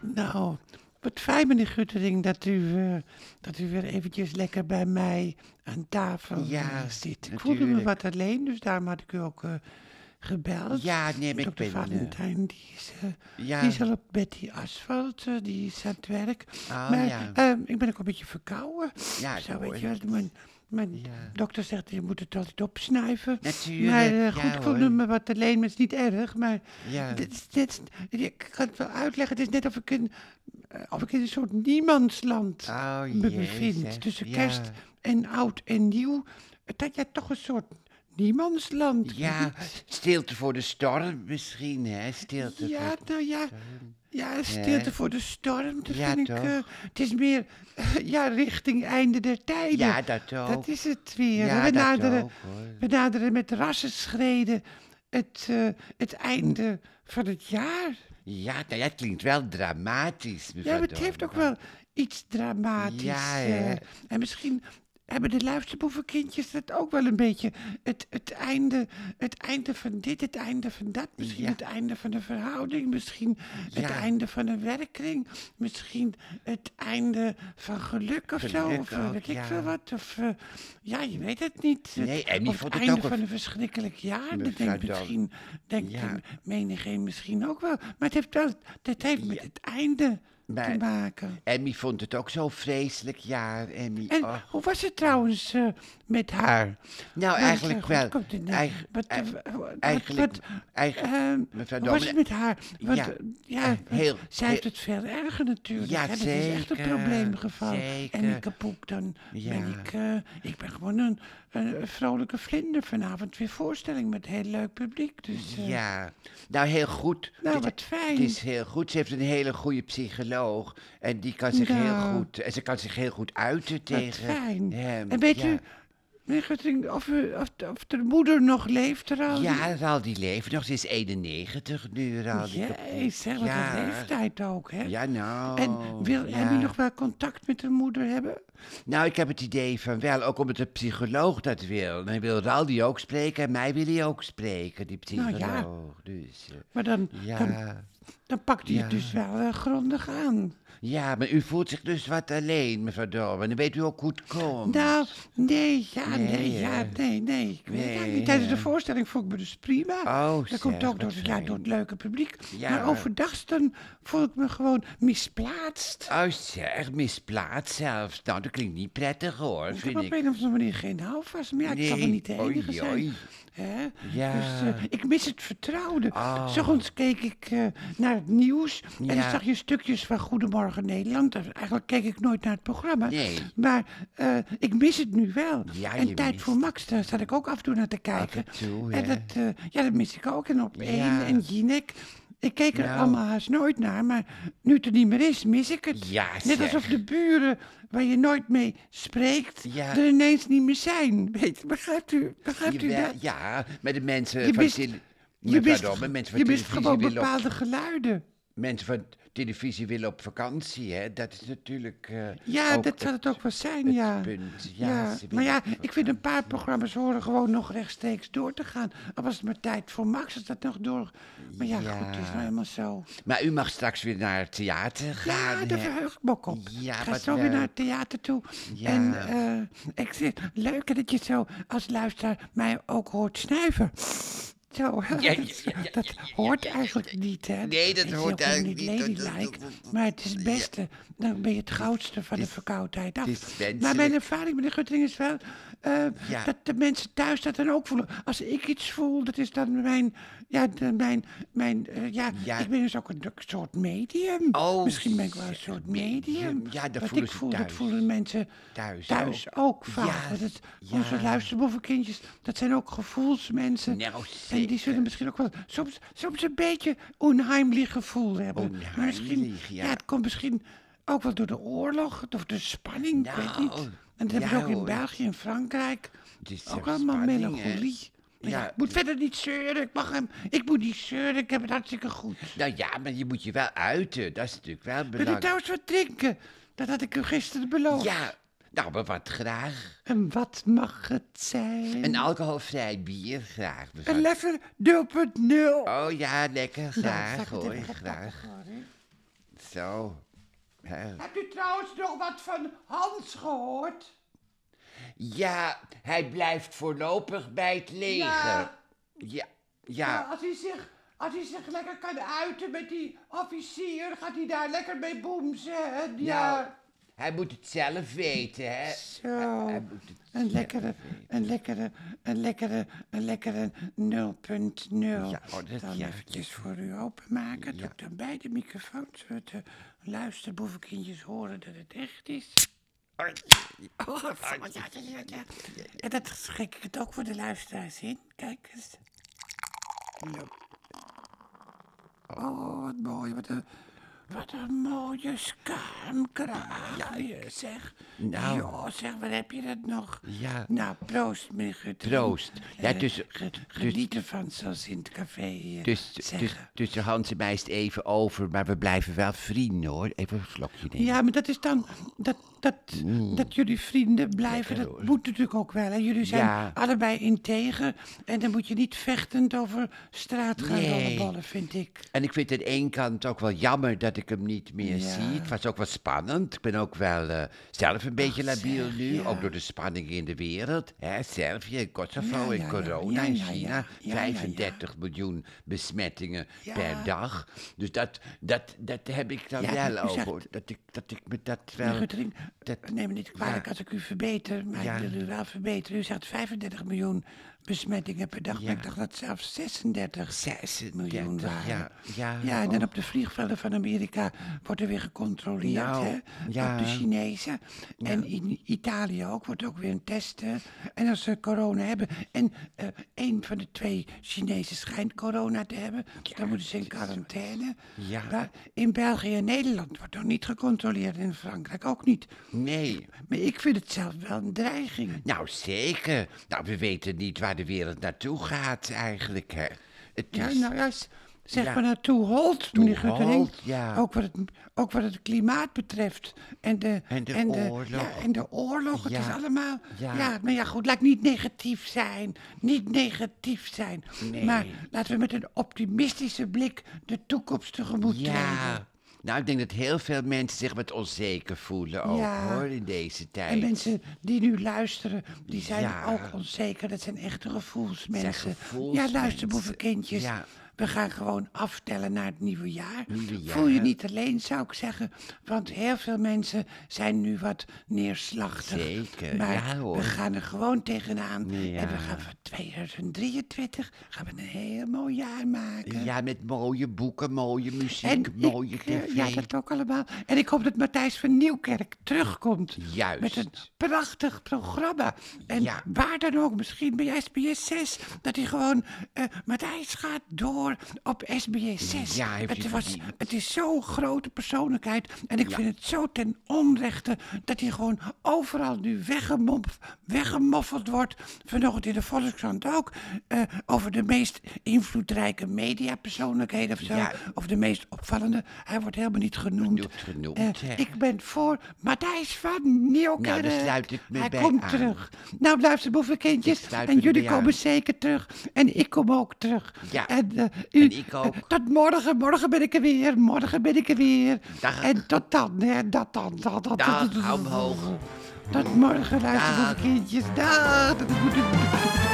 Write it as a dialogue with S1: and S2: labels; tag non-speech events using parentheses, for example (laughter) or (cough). S1: blij, Nou, meneer Guttering, dat u, eh, dat u weer eventjes lekker bij mij aan tafel
S2: Ja,
S1: eh, zit. Ik voelde me
S2: natuurlijk.
S1: wat alleen, dus daarom had ik u ook eh, gebeld.
S2: Ja, nee, maar ik
S1: Dr.
S2: ben, eh,
S1: Valentijn, die is, eh,
S2: Ja.
S1: die is al op Betty Asphalt, eh, die is aan het werk.
S2: Ah,
S1: maar
S2: ja.
S1: ehm, ik ben ook een beetje verkouden.
S2: Ja, ik
S1: Zo,
S2: hoor
S1: weet je wel,
S2: het.
S1: mijn, mijn
S2: Ja.
S1: dokter zegt, je moet het altijd opsnuiven.
S2: Natuurlijk,
S1: Maar eh,
S2: ja,
S1: goed, ik voelde
S2: hoor.
S1: me wat alleen, maar het is niet erg. Maar
S2: Ja.
S1: dit, is- dit, is- ik kan het wel uitleggen, het is net of ik in, eh, of ik in een soort niemandsland
S2: Oh,
S1: me
S2: jee, zeg,
S1: bevind. Tussen
S2: ja.
S1: kerst en oud en nieuw. Dat jij toch een soort niemandsland. (laughs)
S2: Ja, stilte voor de storm misschien, hè? Stilte
S1: Ja,
S2: voor...
S1: nou ja. Ja, stilte
S2: Nee.
S1: voor de storm. Dat
S2: Ja,
S1: vind ik.
S2: toch?
S1: eh, het is meer (laughs) ja, richting einde der tijden.
S2: Ja, dat ook.
S1: Dat is het weer.
S2: Ja,
S1: we,
S2: dat
S1: naderen,
S2: ook, hoor.
S1: we naderen met rassenschreden het, eh, het einde van het jaar.
S2: Ja, nou, dat klinkt wel dramatisch,
S1: Ja,
S2: mevrouw
S1: maar het heeft ook
S2: Doornbach.
S1: wel iets dramatisch.
S2: dus Ja,
S1: eh,
S2: hè.
S1: en misschien hebben de luisterboevenkindjes dat ook wel een beetje. Het, het, einde, het einde van dit, het einde van dat. Misschien
S2: Ja.
S1: het einde van een verhouding. Misschien het
S2: Ja.
S1: einde van een werkkring. Misschien het einde van geluk of zo.
S2: Geluk
S1: Of eh,
S2: ook,
S1: weet ik
S2: ja.
S1: veel wat. Of, eh, ja, je weet het niet. Het-
S2: Nee, en die
S1: of het
S2: vond het
S1: einde
S2: ook een-
S1: van een verschrikkelijk jaar. Dat
S2: Mevrouw
S1: denkt
S2: Dal-
S1: misschien, denkt
S2: Ja.
S1: de menigeen misschien ook wel. Maar het heeft wel, dat heeft met het einde te
S2: Maar-
S1: maken.
S2: Emmy vond het ook zo'n vreselijk jaar, Emmy.
S1: En
S2: Och.
S1: hoe was het trouwens eh, met haar?
S2: Ah. Nou,
S1: Want,
S2: eigenlijk
S1: eh, goed,
S2: wel.
S1: komt het neer.
S2: Eigen-
S1: Wat, eh,
S2: ei-
S1: w- wat- wat-
S2: eigenlijk-
S1: wat,
S2: eigen-
S1: ehm,
S2: mevrouw
S1: hoe was het
S2: Dominee-
S1: met haar? Want,
S2: Ja,
S1: eh, ja,
S2: eh, heel-
S1: zij heeft
S2: heel-
S1: het veel erger natuurlijk.
S2: Ja,
S1: hè? Dat is echt een
S2: zeker,
S1: probleemgeval. En
S2: zeker.
S1: ik kapoek, dan
S2: Ja.
S1: ben ik... eh, ik ben gewoon een, een vrolijke vlinder. Vanavond weer voorstelling met heel leuk publiek. Dus, eh,
S2: Ja, nou heel goed.
S1: Nou,
S2: Het-
S1: wat fijn.
S2: Het is heel goed. Ze heeft een hele goede psycholoog. En die kan zich
S1: Nou.
S2: heel goed. En ze kan zich heel goed uiten
S1: Wat
S2: tegen.
S1: fijn.
S2: hem.
S1: Ehm, en weet
S2: ja.
S1: u, meneer Guttering, of, u- of, of de moeder nog leeft trouwens?
S2: Ja, Raal die leeft nog. Ze is 91 nu, Raal. die
S1: Jee,
S2: kapoen.
S1: zeg, wat een leeftijd ook, hè?
S2: Ja, nou.
S1: En wil
S2: ja.
S1: Emmy nog wel contact met haar moeder hebben?
S2: Nou, ik heb het idee van wel, ook omdat de psycholoog dat wil. En hij wil Raal die ook spreken en mij wil hij ook spreken, die
S1: Nou, ja.
S2: psycholoog. Dus, eh,
S1: Maar dan, dan,
S2: ja.
S1: dan pakt hij het
S2: Ja.
S1: dus wel eh, grondig aan.
S2: Ja, maar u voelt zich dus wat alleen, mevrouw Dorman. Dan weet u ook hoe het komt.
S1: Nou, nee, ja, nee,
S2: Nee,
S1: ja,
S2: hè?
S1: nee, nee. Ik weet het eigenlijk
S2: Nee,
S1: niet. Tijdens de
S2: hè?
S1: voorstelling vond ik me dus prima.
S2: Oh,
S1: dat komt
S2: zeg,
S1: ook door,
S2: wat
S1: ja,
S2: fijn.
S1: door het leuke publiek.
S2: Ja.
S1: Maar overdag dan voel ik me gewoon misplaatst.
S2: Oh, zeg, misplaatst zelfs. Nou, dat klinkt niet prettig, hoor,
S1: Ik heb
S2: vind
S1: op een
S2: ik.
S1: of andere manier geen houvast. Maar ja, ik kan
S2: Nee,
S1: er niet de
S2: oei,
S1: enige zijn.
S2: oei.
S1: Hè?
S2: Ja.
S1: Dus eh, ik mis het vertrouwde.
S2: Ah.
S1: S'ochtends keek ik eh, naar het nieuws. En dan
S2: Ja.
S1: zag je stukjes van Goedemorgen Nederland. En Eigenlijk keek ik nooit naar het programma.
S2: Nee.
S1: Maar eh, ik mis het nu wel.
S2: Ja,
S1: en
S2: je
S1: Tijd
S2: mist
S1: voor Max, daar zat ik ook af en toe naar te kijken.
S2: en toe,
S1: en
S2: hè?
S1: dat, eh, ja, dat mis ik ook. En op één
S2: Ja.
S1: en Jinek. Ik keek er
S2: Nou.
S1: allemaal haast nooit naar, maar nu het er niet meer is, mis ik het.
S2: Ja,
S1: Net
S2: zeg.
S1: alsof de buren waar je nooit mee spreekt,
S2: Ja.
S1: er ineens niet meer zijn. Weet, begrijpt u, begrijpt u
S2: Jawel,
S1: dat?
S2: Ja, met de mensen
S1: Je
S2: van
S1: mist,
S2: tele-
S1: je
S2: mevrouw
S1: mist,
S2: Dorman, mensen van
S1: je mist
S2: televisie
S1: gewoon
S2: willen op-
S1: bepaalde geluiden.
S2: Mensen van televisie willen op vakantie, hè. Dat is natuurlijk eh,
S1: Ja,
S2: ook
S1: dat zal het ook wel zijn,
S2: het
S1: ja.
S2: punt. Ja, ze
S1: maar
S2: willen
S1: ja,
S2: op
S1: ik vind een paar programma's horen gewoon nog rechtstreeks door te gaan. Al was het maar tijd voor Max, als dat nog door... Maar ja,
S2: Ja.
S1: goed, het is nou helemaal zo.
S2: Maar u mag straks weer naar het theater gaan,
S1: Ja, daar
S2: hè.
S1: verheug ik me ook op.
S2: Ja,
S1: ik ga
S2: wat
S1: zo weer naar
S2: leuk.
S1: het theater toe.
S2: Ja.
S1: En eh, ik vind het leuk dat je zo als luisteraar mij ook hoort snuiven. Zo,
S2: ja,
S1: dat, is-
S2: ja, ja,
S1: dat
S2: ja, ja,
S1: hoort
S2: ja, ja,
S1: eigenlijk
S2: ja.
S1: niet, hè?
S2: Nee, dat
S1: Het is
S2: hoort
S1: ook
S2: eigenlijk
S1: niet
S2: niet. Dat- dat-
S1: ladylike,
S2: dat- dat-
S1: maar het is het
S2: Ja.
S1: beste. Dan ben je het goudste van de
S2: is-
S1: verkoudheid
S2: het is
S1: af. Maar mijn
S2: menselijk.
S1: ervaring, meneer Guttering, is wel eh,
S2: Ja.
S1: dat de mensen thuis dat dan ook voelen. Als ik iets voel, dat is dan mijn... Ja, de- mijn, mijn, eh, ja,
S2: Ja.
S1: ik ben dus ook een soort medium.
S2: Oh,
S1: Misschien ben ik wel een
S2: zeg,
S1: soort
S2: medium.
S1: medium.
S2: Ja, dat
S1: Wat
S2: voelen
S1: ik
S2: ze
S1: voel, dat
S2: thuis.
S1: voelen mensen
S2: Thuis
S1: ook,
S2: ook.
S1: vaak.
S2: Ja,
S1: Want het,
S2: ja.
S1: Onze luisterboevenkindjes, dat zijn ook gevoelsmensen.
S2: Nou,
S1: en die
S2: zeker.
S1: zullen misschien ook wel soms, soms een beetje onheimlich gevoel hebben. Maar misschien,
S2: Onheimlich, ja.
S1: het komt misschien ook wel door de oorlog of de spanning, ik weet
S2: Nou,
S1: niet. En dat hebben
S2: ja,
S1: we ook in
S2: hoor.
S1: België en Frankrijk.
S2: Het is
S1: ook
S2: zelfs
S1: allemaal
S2: spanning, hè?
S1: melancholie. Maar ja,
S2: Ja.
S1: ik moet verder niet zeuren. Ik mag hem. Ik moet niet zeuren. Ik heb het hartstikke goed.
S2: Nou ja, maar je moet je wel uiten. Dat is natuurlijk wel
S1: Wil u
S2: belangrijk.
S1: trouwens wat drinken? Dat had ik u gisteren beloofd.
S2: Ja, nou, maar wat graag.
S1: En wat mag het zijn?
S2: Een alcoholvrij bier graag. mevrouw.
S1: Mm. Een lekker 0.0.
S2: Oh ja, lekker
S1: Nou, zal ik
S2: graag
S1: het
S2: hoor,
S1: even gaan
S2: graag.
S1: pakken voor u?
S2: Zo. Hè?
S1: Hebt u trouwens nog wat van Hans gehoord?
S2: Ja, hij blijft voorlopig bij het leger.
S1: Ja.
S2: ja.
S1: Ja,
S2: ja.
S1: Eh, als, hij zich, als hij zich lekker kan uiten met die officier, gaat hij daar lekker mee boemzen. eh,
S2: Nou,
S1: Ja.
S2: hij moet het zelf weten, hè?
S1: Zo.
S2: Hij moet het
S1: Een
S2: zelf
S1: lekkere,
S2: weten.
S1: een lekkere, een lekkere, een lekkere 0.0.
S2: Ja, oh, dat-
S1: dan
S2: ja.
S1: eventjes voor u openmaken. Doe
S2: Ja.
S1: ik dan beide microfoons, zodat de luisterboevenkindjes horen dat het echt is. Oh, ja, ja, ja, ja. En dat schrik ik het ook voor de luisteraars in. Kijk eens. Oh, wat mooi. Wat een, wat een mooie schuimkraag. Ja, zeg.
S2: Nou.
S1: Ja, zeg, waar heb je dat nog?
S2: Ja.
S1: Nou, proost, meneer Gutter.
S2: Proost. Ja,
S1: Eh,
S2: dus-
S1: ge-
S2: dus-
S1: Geniet ervan, zoals ze in het café eh,
S2: Dus, dus,
S1: zeggen.
S2: dus de Hans en mij is het even over, maar we blijven wel vrienden, hoor. Even een slokje nemen.
S1: Ja, maar dat is dan dat, dat, dat jullie vrienden blijven.
S2: Mm. Lekker,
S1: dat
S2: hoor.
S1: moet natuurlijk ook wel. Hè? Jullie zijn
S2: Ja.
S1: allebei integer. En dan moet je niet vechtend over straat gaan
S2: Nee.
S1: rollenballen, vind ik.
S2: En ik vind aan één kant ook wel jammer dat ik hem niet meer
S1: Ja.
S2: zie. Het was ook wel spannend. Ik ben ook wel eh, zelf een beetje labiel
S1: zeg,
S2: nu.
S1: ja.
S2: Ook door de spanning in de wereld. Hè? Servië en
S1: Ja,
S2: Kosovo
S1: ja,
S2: en
S1: ja.
S2: corona
S1: Ja,
S2: in
S1: ja, ja.
S2: China.
S1: Ja, ja, ja.
S2: 35 miljoen besmettingen
S1: Ja.
S2: per dag. Dus dat, dat, dat heb ik dan
S1: Ja, u
S2: wel over.
S1: zegt-
S2: hoor. Dat ik, dat ik me dat
S1: Meneer
S2: wel...
S1: Guttering,
S2: dat-
S1: neem me niet kwalijk
S2: ja.
S1: als ik u verbeter. Maar
S2: Ja.
S1: ik wil u wel verbeteren. U zegt 35 miljoen besmettingen per dag. Maar
S2: Ja.
S1: ik dacht dat zelfs 36 miljoen
S2: 36,
S1: waren.
S2: ja. Ja,
S1: Ja, en dan
S2: oh.
S1: op de vliegvelden van Amerika wordt er weer gecontroleerd.
S2: Nou,
S1: hè?
S2: ja.
S1: Op de Chinezen. En in Italië ook wordt ook weer een test. eh, En als ze corona hebben. En eh een van de twee Chinezen schijnt corona te hebben. dan moeten ze in quarantaine.
S2: Ja.
S1: Maar in België en Nederland wordt nog niet gecontroleerd. En in Frankrijk ook niet.
S2: Nee.
S1: Maar ik vind het zelf wel een dreiging.
S2: Nou, zeker. Nou, we weten niet waar de wereld naartoe gaat eigenlijk, hè. Het
S1: Ja,
S2: is-
S1: nou ja, s- zeg
S2: Ja.
S1: maar naartoe hold, meneer
S2: To
S1: Guttering.
S2: hold, ja.
S1: Ook, wat het, ook wat het klimaat betreft. En de,
S2: En de oorlog.
S1: Ja, en de oorlog, het
S2: Ja.
S1: is allemaal... Ja.
S2: Ja.
S1: maar ja, goed, laat niet negatief zijn. Niet negatief zijn.
S2: Nee.
S1: Maar laten we met een optimistische blik de toekomst tegemoet treden.
S2: Ja. Nou, ik denk dat heel veel mensen zich wat onzeker voelen ook,
S1: Ja.
S2: hoor, in deze tijd.
S1: En mensen die nu luisteren, die zijn
S2: Ja.
S1: ook onzeker. Dat zijn echte gevoelsmensen.
S2: gevoelsmensen.
S1: Ja, luister, boevenkindjes.
S2: Ja.
S1: We gaan gewoon aftellen naar het nieuwe jaar.
S2: Nieuwe jaar.
S1: Voel je niet alleen, zou ik zeggen. Want heel veel mensen zijn nu wat neerslachtig.
S2: Zeker,
S1: Maar
S2: ja,
S1: we
S2: hoor.
S1: gaan er gewoon tegenaan.
S2: Ja.
S1: En we gaan van 2023 gaan we een heel mooi jaar maken.
S2: Ja, met mooie boeken, mooie
S1: En
S2: muziek, mooie
S1: ik, eh,
S2: tv.
S1: ja, dat ook allemaal. En ik hoop dat Matthijs van Nieuwkerk terugkomt.
S2: Juist.
S1: Met een prachtig programma. En
S2: Ja.
S1: waar dan ook, misschien bij SBS 6, dat hij gewoon... eh, Matthijs gaat door op SBS 6.
S2: Ja, heeft
S1: het,
S2: hij
S1: was,
S2: verdiend.
S1: het is zo'n grote persoonlijkheid. En ik vind het zo ten onrechte dat hij gewoon overal nu weggemof- weggemoffeld wordt. Vanochtend in de Volkskrant ook. eh, over de meest invloedrijke mediapersoonlijkheden of zo.
S2: Ja.
S1: Of de meest opvallende. Hij wordt helemaal niet genoemd.
S2: Wordt genoemd,
S1: Eh,
S2: hè.
S1: ik ben voor Matthijs van Nieuwkerk.
S2: Nou, daar sluit ik me
S1: Hij
S2: bij
S1: komt
S2: aan.
S1: terug. Nou, luister, boevenkindjes.
S2: Ik sluit
S1: En
S2: me
S1: jullie
S2: bij aan.
S1: komen zeker terug. En ik kom ook terug.
S2: Ja,
S1: En, eh, u-
S2: en ik ook.
S1: tot morgen, morgen ben ik er weer, morgen ben ik er weer.
S2: Dag.
S1: En tot dan, hè, dat dan, dat dan.
S2: Dag, hou omhoog.
S1: Tot morgen, luister, kindjes. Dag.